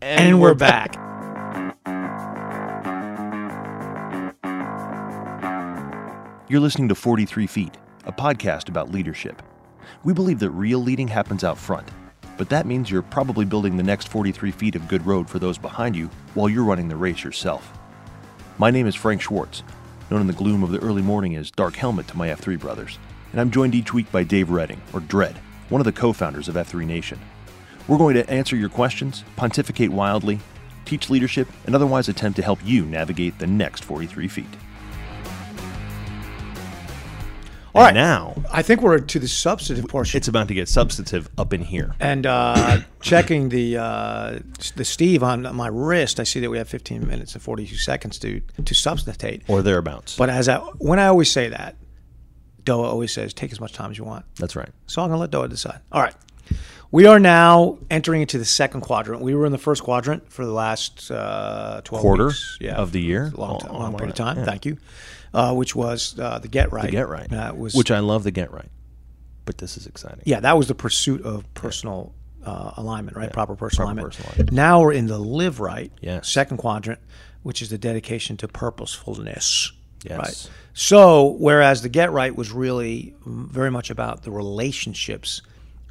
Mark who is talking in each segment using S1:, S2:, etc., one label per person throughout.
S1: And, we're, back.
S2: You're listening to 43 Feet, a podcast about leadership. We believe that real leading happens out front, but that means you're probably building the next 43 feet of good road for those behind you while you're running the race yourself. My name is Frank Schwartz, known in the gloom of the early morning as Dark Helmet to my F3 brothers, and I'm joined each week by Dave Redding, or Dread, one of the co founders of F3 Nation. We're going to answer your questions, pontificate wildly, teach leadership, and otherwise attempt to help you navigate the next 43 feet.
S1: All right.
S3: And now
S1: I think we're to the substantive portion.
S3: it's about to get substantive up in here.
S1: and uh, checking the uh, s- the Steve on my wrist, I see that we have 15 minutes and 42 seconds to to substantate.
S3: Or thereabouts.
S1: But as I when I always say that, Doa always says, "Take as much time as you want."
S3: That's right.
S1: So I'm gonna let Doa decide. All right. We are now entering into the second quadrant. We were in the first quadrant for the last uh, 12
S3: Quarter
S1: weeks.
S3: of the year.
S1: It's a Long,
S3: Oh,
S1: time,
S3: oh,
S1: long
S3: wow.
S1: period of time. Thank you. Uh, which was uh, the Get Right.
S3: Get right.
S1: That was
S3: Which I love the get right. But this is exciting.
S1: yeah, that was the pursuit of personal uh, alignment, right? Proper personal
S3: Proper
S1: alignment.
S3: personal alignment.
S1: Now we're in the live right,
S3: Yes.
S1: second quadrant, which is the dedication to purposefulness.
S3: Yes.
S1: Right. So, whereas the get right was really very much about the relationships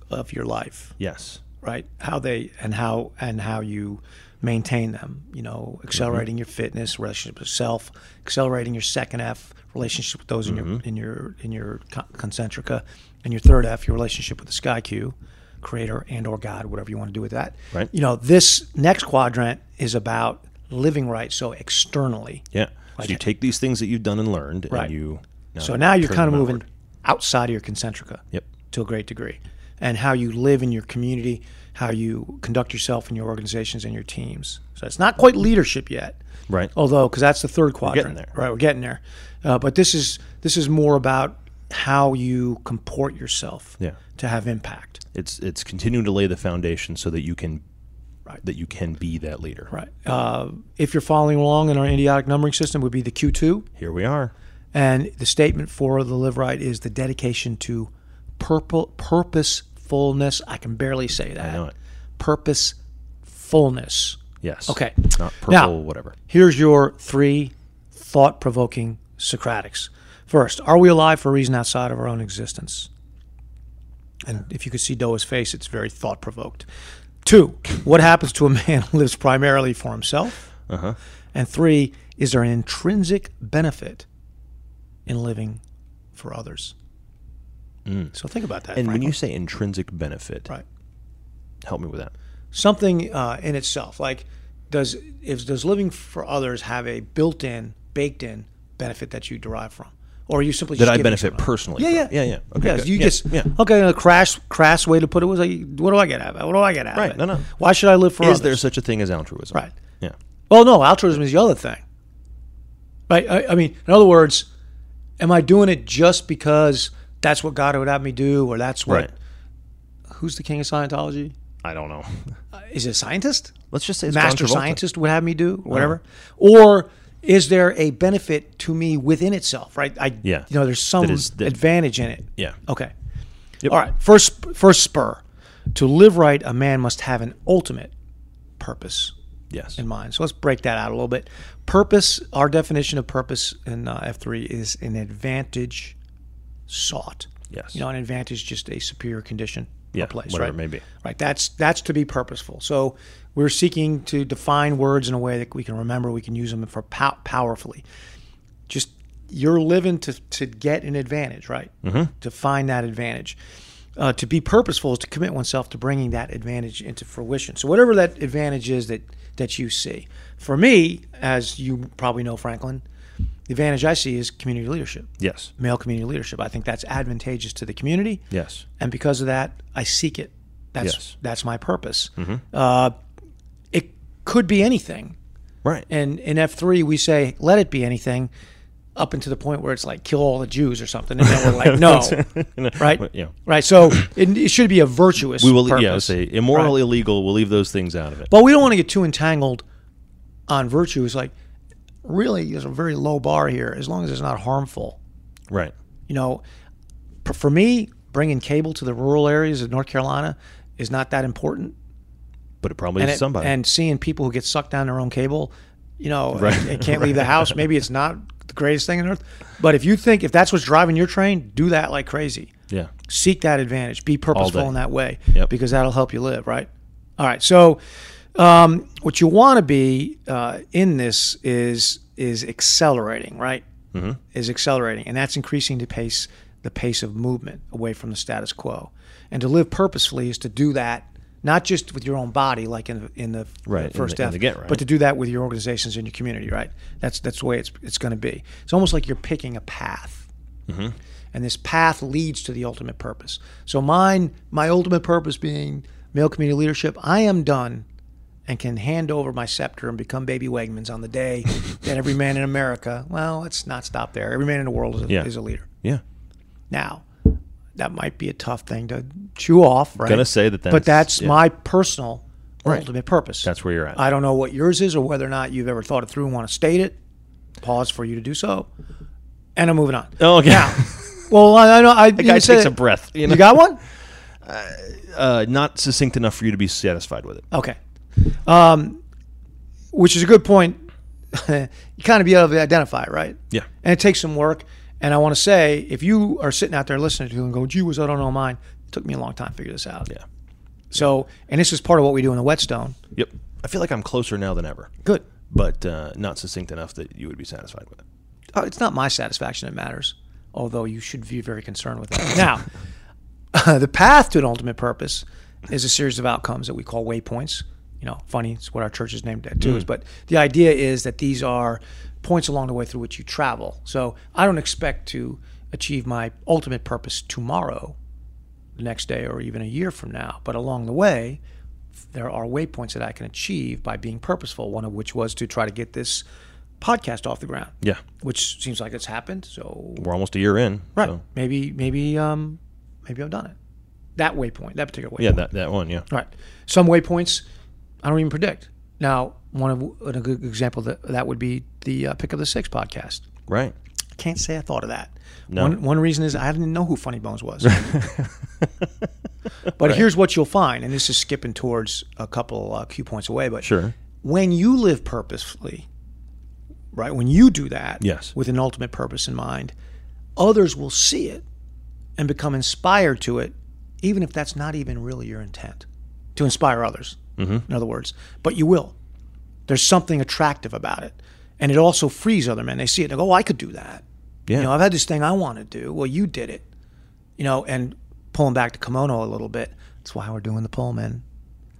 S1: of your life,
S3: Yes.
S1: right? How they and how and how you maintain them. You know,
S3: Mm-hmm.
S1: accelerating your fitness, relationship with self, accelerating your second F relationship with those
S3: Mm-hmm.
S1: in your in your in your con- concentrica, and your third F, your relationship with the sky cue, creator and or God, whatever you want to do with that.
S3: Right.
S1: You know, this next quadrant is about living right. So externally.
S3: Yeah. So you take these things that you've done and learned
S1: Right.
S3: and you now
S1: So now you're
S3: turn
S1: kind of
S3: them
S1: moving
S3: outward.
S1: outside of your concentrica.
S3: Yep.
S1: To a great degree. And how you live in your community, how you conduct yourself in your organizations and your teams. So it's not quite leadership yet.
S3: Right.
S1: Although, because that's the third quadrant.
S3: there.
S1: Right, we're getting there. Uh, but this is this is more about how you comport yourself
S3: Yeah.
S1: to have impact.
S3: It's it's continuing to lay the foundation so that you can
S1: Right.
S3: that you can be that leader.
S1: Right. Uh, if you're following along in our idiotic numbering system, would be the Q2.
S3: Here we are.
S1: And the statement for the Live Right is the dedication to purple purposefulness. I can barely say that.
S3: I know it.
S1: Purposefulness.
S3: Yes.
S1: Okay.
S3: Not purple,
S1: Now-
S3: whatever.
S1: Here's your three thought-provoking Socratics. First, are we alive for a reason outside of our own existence? And if you could see Doa's face, it's very thought-provoked. Two, what happens to a man who lives primarily for himself?
S3: Uh-huh.
S1: And three, is there an intrinsic benefit in living for others? So think about that.
S3: Mm. And when
S1: Franklin.
S3: you say intrinsic benefit,
S1: right,
S3: help me with that.
S1: something uh, in itself, like does is does living for others have a built-in, baked-in benefit that you derive from, or are you simply
S3: That
S1: just
S3: I
S1: giving
S3: benefit
S1: someone-
S3: personally.
S1: Yeah,
S3: from.
S1: yeah,
S3: Yeah, yeah. Okay.
S1: Yes,
S3: good.
S1: you
S3: yeah,
S1: just
S3: yeah.
S1: okay. The crass, crass way to put it was like, what do I get out of it? What do I get out
S3: Right,
S1: of it?
S3: no, no.
S1: Why should I live for
S3: Is
S1: others?
S3: there such a thing as altruism?
S1: Right.
S3: Yeah.
S1: Well, no, altruism is the other thing. Right? I, I mean, in other words, am I doing it just because that's what God would have me do, or that's what?
S3: Right.
S1: Who's the king of Scientology?
S3: I don't know.
S1: Uh, Is it a scientist?
S3: Let's just say it's Uh-huh. John
S1: Master
S3: Travolta.
S1: scientist would have me do, whatever. Or is there a benefit to me within itself? Right? I
S3: Yeah.
S1: You know, there's some
S3: That is- that-
S1: advantage in it.
S3: Yeah.
S1: Okay. Oh, All right. First, first spur. To live right, a man must have an ultimate purpose
S3: Yes.
S1: in mind. So let's break that out a little bit. Purpose, our definition of purpose in uh, F3 is an advantage sought.
S3: Yes.
S1: You know, an advantage just a superior condition
S3: Yeah,
S1: or place,
S3: whatever
S1: right?
S3: it may be.
S1: Right. That's that's to be purposeful. So we're seeking to define words in a way that we can remember, we can use them for pow- powerfully. Just you're living to to get an advantage, right? Mm-hmm. To find that advantage. Uh, to be purposeful is to commit oneself to bringing that advantage into fruition. So whatever that advantage is that that you see, for me, as you probably know, Franklin, the advantage I see is community leadership,
S3: yes.
S1: male community leadership. I think that's advantageous to the community
S3: Yes.
S1: and because of that, I seek it. That's
S3: Yes. Mm-hmm.
S1: that's my purpose. Uh, it could be anything,
S3: Right.
S1: and in F three we say let it be anything, up until the point where it's like kill all the Jews or something, and then we're like no, right,
S3: Yeah.
S1: right. So it, it should be a virtuous.
S3: We will,
S1: purpose.
S3: yeah, I would say immoral, illegal. We'll leave those things out of it.
S1: But we don't want to get too entangled on virtue. It's like really there's a very low bar here, as long as it's not harmful.
S3: right.
S1: You know, p- for me, bringing cable to the rural areas of North Carolina is not that important.
S3: but it probably
S1: and
S3: is
S1: it-
S3: somebody.
S1: and seeing people who get sucked down their own cable, you know,
S3: Right.
S1: and, and can't leave the house. Maybe it's not the greatest thing on earth, but if you think if that's what's driving your train, do that like crazy.
S3: yeah.
S1: Seek that advantage. Be purposeful
S3: day.
S1: in that way
S3: Yep.
S1: because that'll help you live. Right. All right. So, um, what you want to be uh, in this is is accelerating. Right. Mm-hmm. Is accelerating, and that's increasing the pace the pace of movement away from the status quo. And to live purposefully is to do that not just with your own body, like in the, in the
S3: Right, in
S1: first
S3: the- in
S1: F,
S3: the get, right.
S1: but to do that with your organizations and your community. Right. That's that's the way it's it's going to be. It's almost like you're picking a path and this path leads to the ultimate purpose. So mine, my ultimate purpose being male community leadership, I am done and can hand over my scepter and become Baby Wegmans on the day that every man in America, well, let's not stop there. Every man in the world is a,
S3: Yeah.
S1: is a leader.
S3: Yeah.
S1: Now, that might be a tough thing to chew off, right?
S3: Gonna say that
S1: but
S3: that's-
S1: that's
S3: yeah.
S1: my personal
S3: Right.
S1: ultimate purpose.
S3: That's where you're at.
S1: I don't know what yours is or whether or not you've ever thought it through and want to state it. Pause for you to do so. And I'm moving on.
S3: Oh, okay.
S1: Now, well, I, I know. I,
S3: guy takes a breath, you
S1: You,
S3: know?
S1: got one?
S3: Uh, not succinct enough for you to be satisfied with it.
S1: Okay. Um, which is a good point. you kind of be able to identify, right?
S3: Yeah.
S1: And it takes some work. And I want to say, if you are sitting out there listening to and going, gee whiz, I don't know mine, it took me a long time to figure this out.
S3: Yeah.
S1: So, and this is part of what we do in the Whetstone.
S3: Yep. I feel like I'm closer now than ever,
S1: Good.
S3: but uh, not succinct enough that you would be satisfied with it.
S1: Uh, it's not my satisfaction that matters, although you should be very concerned with that. now, the path to an ultimate purpose is a series of outcomes that we call waypoints. You know, funny, it's what our church is named that too. Is, but the idea is that these are points along the way through which you travel. So I don't expect to achieve my ultimate purpose tomorrow, the next day, or even a year from now. But along the way, there are waypoints that I can achieve by being purposeful. One of which was to try to get this podcast off the ground
S3: Yeah.
S1: which seems like it's happened. So
S3: We're almost a year in.
S1: right,
S3: so-
S1: maybe maybe um maybe I've done it. That waypoint, that particular waypoint.
S3: Yeah, that, that one. Yeah.
S1: Right. Some waypoints I don't even predict. Now, one of a good example that that would be the uh, pick of the six podcast.
S3: Right.
S1: I can't say I thought of that. One one reason is I didn't know who Funny Bones was. but here's what you'll find, and this is skipping towards a couple uh, cue points away. But
S3: Sure.
S1: when you live purposefully, right? When you do that
S3: Yes.
S1: with an ultimate purpose in mind, others will see it and become inspired to it, even if that's not even really your intent to inspire others, in other words. But you will. There's something attractive about it. And it also frees other men. They see it and they go, oh, I could do that.
S3: Yeah.
S1: You know, I've had this thing I want to do. Well, you did it. You know, and pulling back to kimono a little bit. That's why we're doing the pull, man.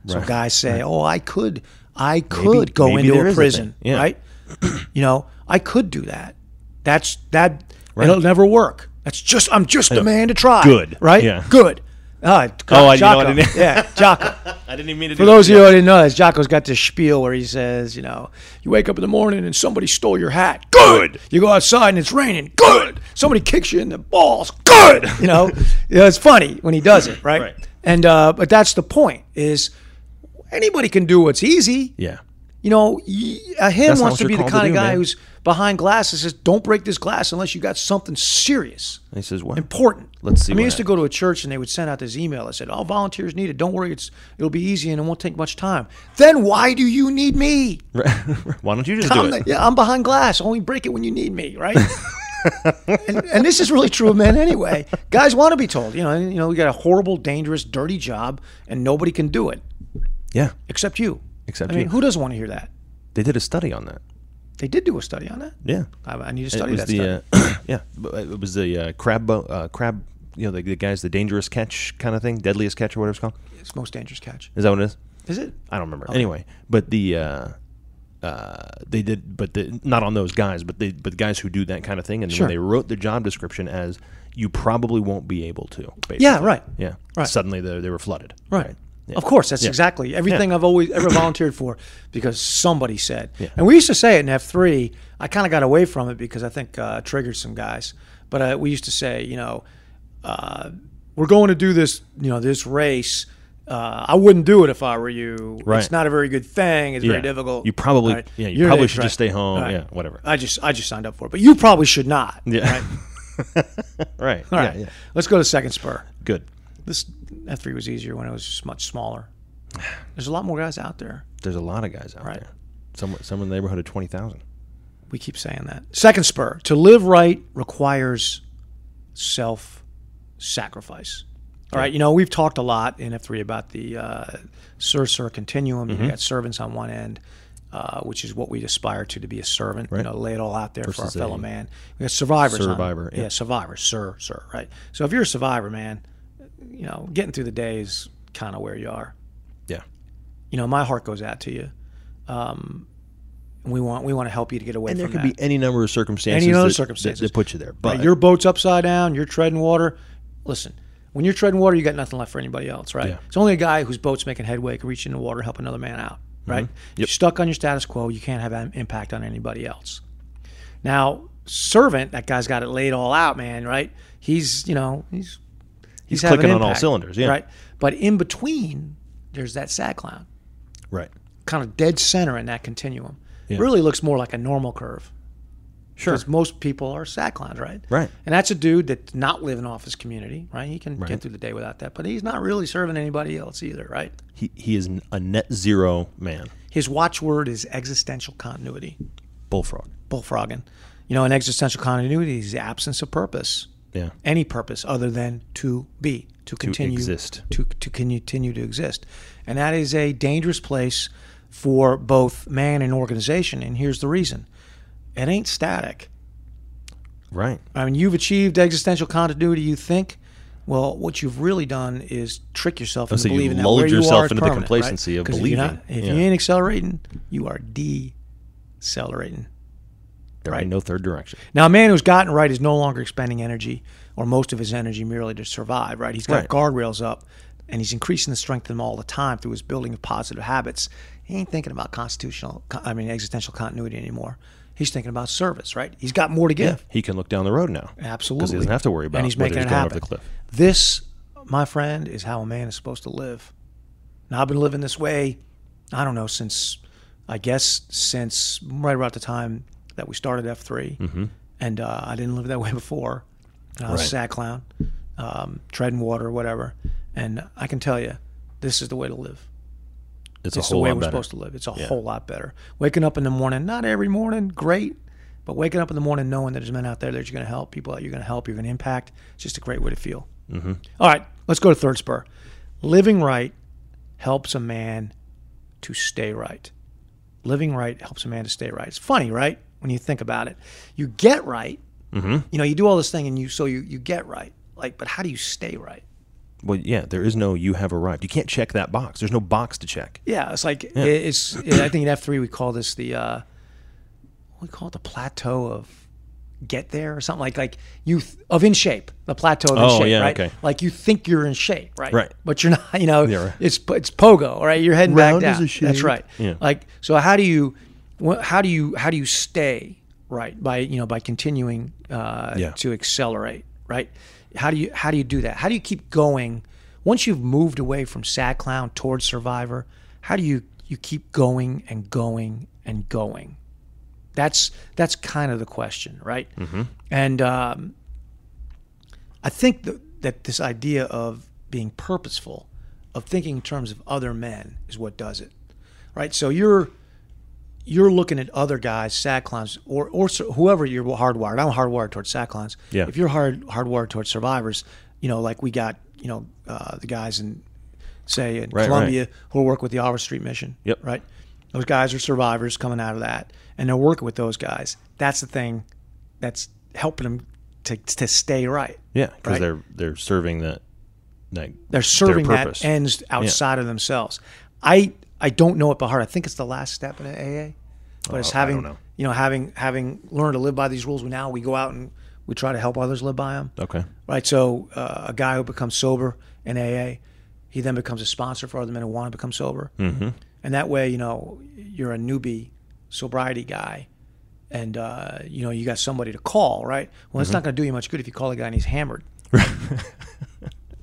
S1: So
S3: Right.
S1: guys say, "Oh, I could, I could go
S3: maybe
S1: into
S3: there
S1: a
S3: is a
S1: prison,
S3: thing. Yeah.
S1: right? you know, I could do that. That's that.
S3: Right.
S1: It'll never work. That's just I'm just the man to try.
S3: Good.
S1: right?
S3: Yeah.
S1: good. Ah,
S3: Oh, I- you know
S1: Jocko.
S3: what I didn't-
S1: yeah, Jocko.
S3: I didn't even mean to
S1: For those of you who didn't know, this Jocko's got this spiel where he says, you know, you wake up in the morning and somebody stole your hat. Good. You go outside and it's raining. Good. Somebody kicks you in the balls. Good. You know, you know, it's funny when he does it, right?
S3: Right.
S1: And uh, but that's the point is anybody can do what's easy.
S3: Yeah.
S1: You know, y- uh, him
S3: That's not
S1: wants to
S3: what
S1: be
S3: you're
S1: the
S3: called
S1: kind
S3: to do,
S1: of guy
S3: man.
S1: who's behind glass and says, "Don't break this glass unless you got something serious."
S3: And he says, "What?
S1: important.
S3: Let's see
S1: I mean, I
S3: what
S1: used to go to a church and they would send out this email that said, "All volunteers needed. Don't worry, it's it'll be easy and it won't take much time." Then why do you need me?
S3: Why don't you just
S1: I'm
S3: do it?"
S1: the- yeah, I'm behind glass. Only break it when you need me, right? and, and this is really true of men anyway. Guys want to be told, you know, you know, we got a horrible, dangerous, dirty job, and nobody can do it
S3: yeah.
S1: except you.
S3: Except
S1: I mean,
S3: you.
S1: who doesn't want to hear that?
S3: They did a study on that.
S1: They did do a study on that.
S3: Yeah.
S1: I, I need to
S3: It
S1: study
S3: was
S1: that study.
S3: the uh, yeah. but It was the uh, crab bo- uh, crab. You know the, the guys, the dangerous catch kind of thing, deadliest catch or whatever it's called.
S1: it's most dangerous catch.
S3: Is that what it is?
S1: Is it?
S3: I don't remember. Anyway, but the uh, uh, they did, but the, not on those guys, but they but guys who do that kind of thing, and
S1: Sure.
S3: when they wrote the job description as you probably won't be able to. Basically.
S1: Yeah, right.
S3: Yeah.
S1: Right.
S3: Suddenly they, they were flooded.
S1: Right.
S3: Yeah.
S1: Of course, that's
S3: Yeah.
S1: exactly everything
S3: Yeah.
S1: I've always ever volunteered for because somebody said. And we used to say it in F3. I kind of got away from it because I think uh, it triggered some guys. But uh, we used to say, you know, uh, we're going to do this, you know, this race. Uh, I wouldn't do it if I were you.
S3: Right.
S1: It's not a very good thing. It's very
S3: Yeah.
S1: difficult.
S3: You probably-
S1: Right. Uh,
S3: yeah, you
S1: You're
S3: probably
S1: this,
S3: should just stay home. Yeah, whatever.
S1: I just I just signed up for it, but you probably should not.
S3: Yeah.
S1: Right?
S3: Right.
S1: All right.
S3: Yeah, yeah.
S1: Let's go to second spur.
S3: Good.
S1: This F3 was easier when it was just much smaller. There's a lot more guys out there.
S3: There's a lot of guys out
S1: Right.
S3: there. Some, some in the neighborhood of 20,000.
S1: We keep saying that. Second spur to live right requires self sacrifice. All right, you know we've talked a lot in F three about the uh, sir sir continuum.
S3: Mm-hmm.
S1: You've got servants on one end, uh, which is what we aspire to to be a servant. You know, lay it all out there for our
S3: Versus
S1: fellow
S3: a
S1: man. We got survivors. on-
S3: survivor, yeah.
S1: yeah, survivor, sir sir. Right. So if you're a survivor, man, you know getting through the day is kind of where you are
S3: Yeah.
S1: you know, my heart goes out to you. Um, we want we want to help you to get away
S3: And there
S1: from
S3: could
S1: that.
S3: be any number of circumstances,
S1: Any number of
S3: that- that-
S1: circumstances.
S3: that, put you there.
S1: Right,
S3: But
S1: your boat's upside down. You're treading water. Listen, when you're treading water, you got nothing left for anybody else, right?
S3: Yeah.
S1: It's only a guy whose boat's making headway can reach in the water, help another man out,
S3: Mm-hmm.
S1: right? You're stuck on your status quo. You can't have an impact on anybody else. Now, servant, that guy's got it laid all out, man, right? He's you know he's he's, having
S3: clicking on all
S1: impact,
S3: cylinders, yeah.
S1: right. But in between, there's that sad clown.
S3: right,
S1: kind of dead center in that continuum.
S3: Yeah.
S1: Really looks more like a normal curve.
S3: Sure.
S1: Because most people are sack clowns, right?
S3: Right.
S1: And that's a dude that's not living off his community, right? He can
S3: Right.
S1: get through the day without that, but he's not really serving anybody else either, right?
S3: he he is n- a net zero man.
S1: His watchword is existential continuity,
S3: Bullfrog.
S1: bullfrogging. You know, an existential continuity is the absence of purpose,
S3: Yeah.
S1: any purpose other than to be, to continue
S3: exist.
S1: to, to continue to exist. And that is a dangerous place for both man and organization. And here's the reason it ain't static.
S3: Right.
S1: I mean, you've achieved existential continuity, you think. Well, what you've really done is trick yourself into
S3: so you
S1: believing that
S3: lulled
S1: where you
S3: yourself
S1: are is
S3: into the
S1: permanent,
S3: complacency
S1: right?
S3: of
S1: 'Cause If,
S3: believing.
S1: you're not, if
S3: Yeah.
S1: you ain't accelerating, you are decelerating.
S3: There
S1: Right.
S3: ain't no third direction.
S1: Now, a man who's gotten right is no longer expending energy or most of his energy merely to survive, right? He's got
S3: Right.
S1: guardrails up and he's increasing the strength of them all the time through his building of positive habits. He ain't thinking about constitutional, I mean, existential continuity anymore. He's thinking about service, right? He's got more to give.
S3: He can look down the road now.
S1: Absolutely.
S3: Because he doesn't have to worry about
S1: and he's
S3: whether
S1: making
S3: he's
S1: it
S3: going
S1: happen.
S3: over the cliff.
S1: This, my friend, is how a man is supposed to live. Now I've been living this way, I don't know, since I guess since right about the time that we started F 3 and uh, I didn't live that way before. And I was
S3: Mm-hmm.
S1: a
S3: Right.
S1: sad clown, um, treading water, whatever. And I can tell you, this is the way to live.
S3: It's,
S1: It's
S3: a
S1: the
S3: whole
S1: way
S3: lot
S1: we're
S3: better.
S1: supposed to live. It's a whole lot better. Waking up in the morning, not every morning, great, but waking up in the morning knowing that there's men out there that you're going to help, people that you're going to help, you're going to impact. It's just a great way to feel. Mm-hmm. right, let's go to third spur. Living right helps a man to stay right. Living right helps a man to stay right. It's funny, right? When you think about it, you get right. Mm-hmm. You know, you do all this thing, and you so you you get right. Like, but how do you stay right?
S3: Well, yeah, there is no you have arrived. You can't check that box. There's no box to check.
S1: Yeah, it's like it's. I think in F three we call this the uh, we call it the plateau of get there or something like like you th- of in shape the plateau of in
S3: Oh,
S1: shape
S3: yeah,
S1: right
S3: okay.
S1: like you think you're in shape right
S3: Right.
S1: but you're not you know
S3: Yeah, right.
S1: it's it's pogo all right you're heading
S3: Round
S1: back
S3: is
S1: down
S3: a shape.
S1: that's right
S3: Yeah.
S1: like so how do you wh- how do you how do you stay right by you know by continuing uh,
S3: Yeah.
S1: to accelerate right how do you how do you do that how do you keep going once you've moved away from sad clown towards survivor how do you you keep going and going and going that's that's kind of the question, right?
S3: Mm-hmm.
S1: And um, I think th- that this idea of being purposeful, of thinking in terms of other men, is what does it, right? So you're you're looking at other guys, sack clowns, or or so- whoever you're hardwired. I'm hardwired towards sack clowns.
S3: Yeah.
S1: If you're hard hardwired towards survivors, you know, like we got, you know, uh, the guys in say in
S3: Right,
S1: Colombia who work with the Oliver Street Mission.
S3: Yep.
S1: Right. Those guys are survivors coming out of that, and they're working with those guys. That's the thing that's helping them to to stay right.
S3: Yeah, because
S1: Right.
S3: they're they're serving that that
S1: They're serving
S3: purpose.
S1: that ends outside of themselves. I I don't know it by heart. I think it's the last step in AA, but it's
S3: Oh, I
S1: having
S3: don't know.
S1: you know having having learned to live by these rules. Now we go out and we try to help others live by them.
S3: okay.
S1: Right. So uh, a guy who becomes sober in AA, he then becomes a sponsor for other men who want to become sober. Mm-hmm. And that way, you know, you're a newbie sobriety guy, and uh, you know you got somebody to call. Right. Well,
S3: Mm-hmm.
S1: it's not going to do you much good if you call a guy and he's hammered.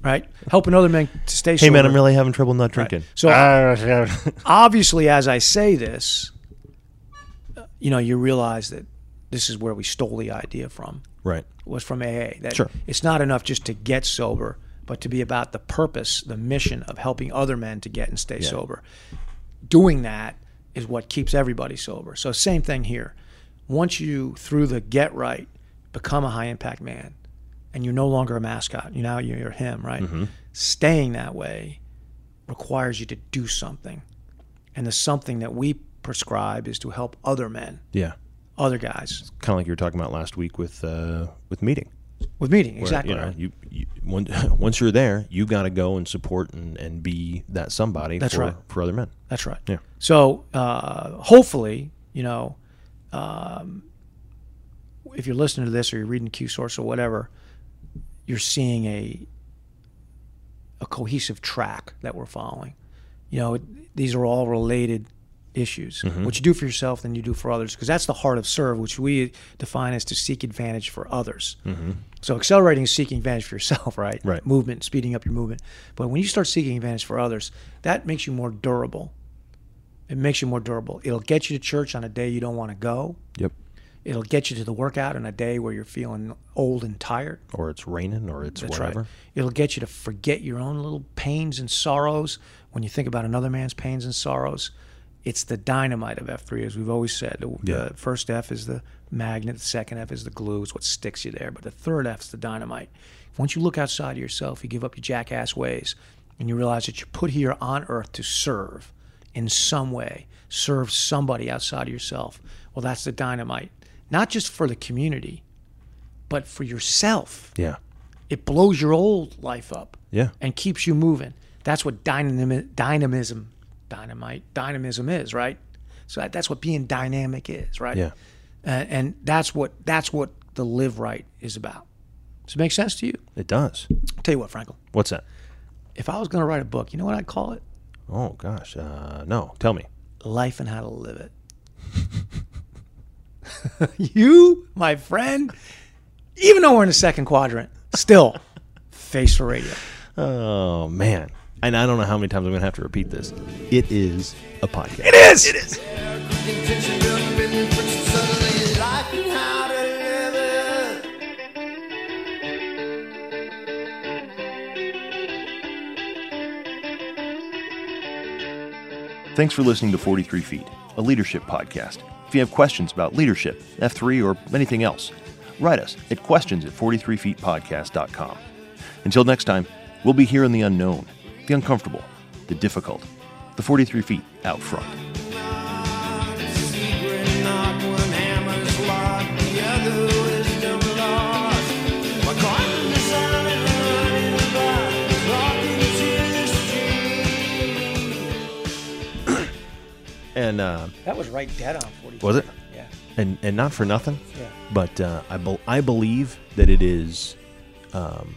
S1: right. Helping other men to stay.
S3: Hey
S1: sober.
S3: man, I'm really Ah. having trouble not drinking.
S1: So obviously, as I say this, uh, you know, you realize that this is where we stole the idea from
S3: right.
S1: was from AA. That
S3: Sure.
S1: it's not enough just to get sober, but to be about the purpose, the mission of helping other men to get and stay sober. Doing that is what keeps everybody sober. So same thing here. Once you through the get right become a high impact man and you're no longer a mascot, you now you're him, right?
S3: Mm-hmm.
S1: Staying that way requires you to do something. And the something that we prescribe is to help other men,
S3: Yeah.
S1: other guys
S3: Kind of like you were talking about last week with uh, with meeting.
S1: with meeting.
S3: where,
S1: exactly.
S3: You know,
S1: right.
S3: you, you when, once you're there, you got to go and support and, and be that somebody.
S1: That's
S3: for,
S1: right.
S3: for other men.
S1: That's right.
S3: Yeah.
S1: So uh, hopefully, you know, um, if you're listening to this or you're reading Q Source or whatever, you're seeing a a cohesive track that we're following. You know, it, these are all related issues. What you do for yourself, then you do for others, because that's the heart of serve, which we define as to seek advantage for others. So accelerating is seeking advantage for yourself, right?
S3: Right.
S1: Movement, speeding up your movement. But when you start seeking advantage for others, that makes you more durable. It makes you more durable. It'll get you to church on a day you don't want to go.
S3: Yep.
S1: It'll get you to the workout on a day where you're feeling old and tired.
S3: Or it's raining, or it's
S1: That's
S3: whatever.
S1: right. It'll get you to forget your own little pains and sorrows when you think about another man's pains and sorrows. It's the dynamite of F3, as we've always said. The, the
S3: Yeah.
S1: first F is the magnet, the second F is the glue, it's what sticks you there. But the third F is the dynamite. Once you look outside of yourself, you give up your jackass ways, and you realize that you're put here on earth to serve in some way, serve somebody outside of yourself. Well, that's the dynamite, not just for the community, but for yourself
S3: Yeah.
S1: it blows your old life up
S3: Yeah.
S1: and keeps you moving. That's what dynam- dynamism, dynamite, dynamism is, right? So that, that's what being dynamic is, right?
S3: Yeah.
S1: And, and that's what that's what the live right is about. Does it make sense to you?
S3: It does.
S1: tell you what, Frankel.
S3: What's that?
S1: If I was going to write a book, you know what I'd call it?
S3: Oh gosh. Uh, no. Tell me.
S1: Life and how to live it. you, my friend, even though we're in the second quadrant, still face for radio.
S3: Oh man. And I don't know how many times I'm gonna have to repeat this. It is a podcast.
S1: It is. It is.
S4: Intention up in Princeton, suddenly life and how to live it.
S2: Thanks for listening to 43 Feet, a leadership podcast. If you have questions about leadership, F3, or anything else, write us at questions at 43feetpodcast.com. Until next time, we'll be here in the unknown, the uncomfortable, the difficult, the 43 feet out front.
S3: And uh,
S1: That was right dead on 40.
S3: Was it?
S1: Yeah.
S3: and and not for nothing.
S1: Yeah.
S3: But uh, I bel I believe that it is
S1: Nothing.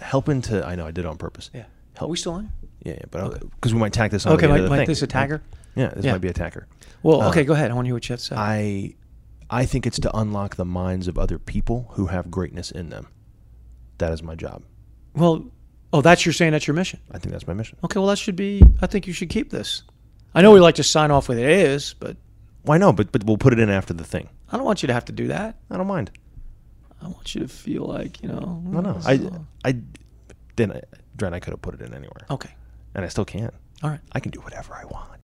S3: helping to. I know I did it on purpose.
S1: Yeah.
S3: Help.
S1: Are we still on?
S3: Yeah, yeah but because we might tack this on.
S1: Okay,
S3: the end
S1: might,
S3: of the
S1: might
S3: thing.
S1: this attacker?
S3: Yeah, this
S1: Yeah.
S3: might be attacker.
S1: Well, okay, go ahead. Uh, I want to hear what you have to say.
S3: I I think it's to unlock the minds of other people who have greatness in them. That is my job.
S1: well, oh, that's your saying that's your mission.
S3: I think that's my mission.
S1: Okay, well, that should be, I think you should keep this. I know we like to sign off with it is, but
S3: Why no? But but we'll put it in after the thing.
S1: I don't want you to have to do that.
S3: I don't mind.
S1: I want you to feel like, you know.
S3: No, no. I
S1: Oh.
S3: I then I, Dren, I could have put it in anywhere,
S1: okay.
S3: and I still can.
S1: All right.
S3: I can do whatever I want.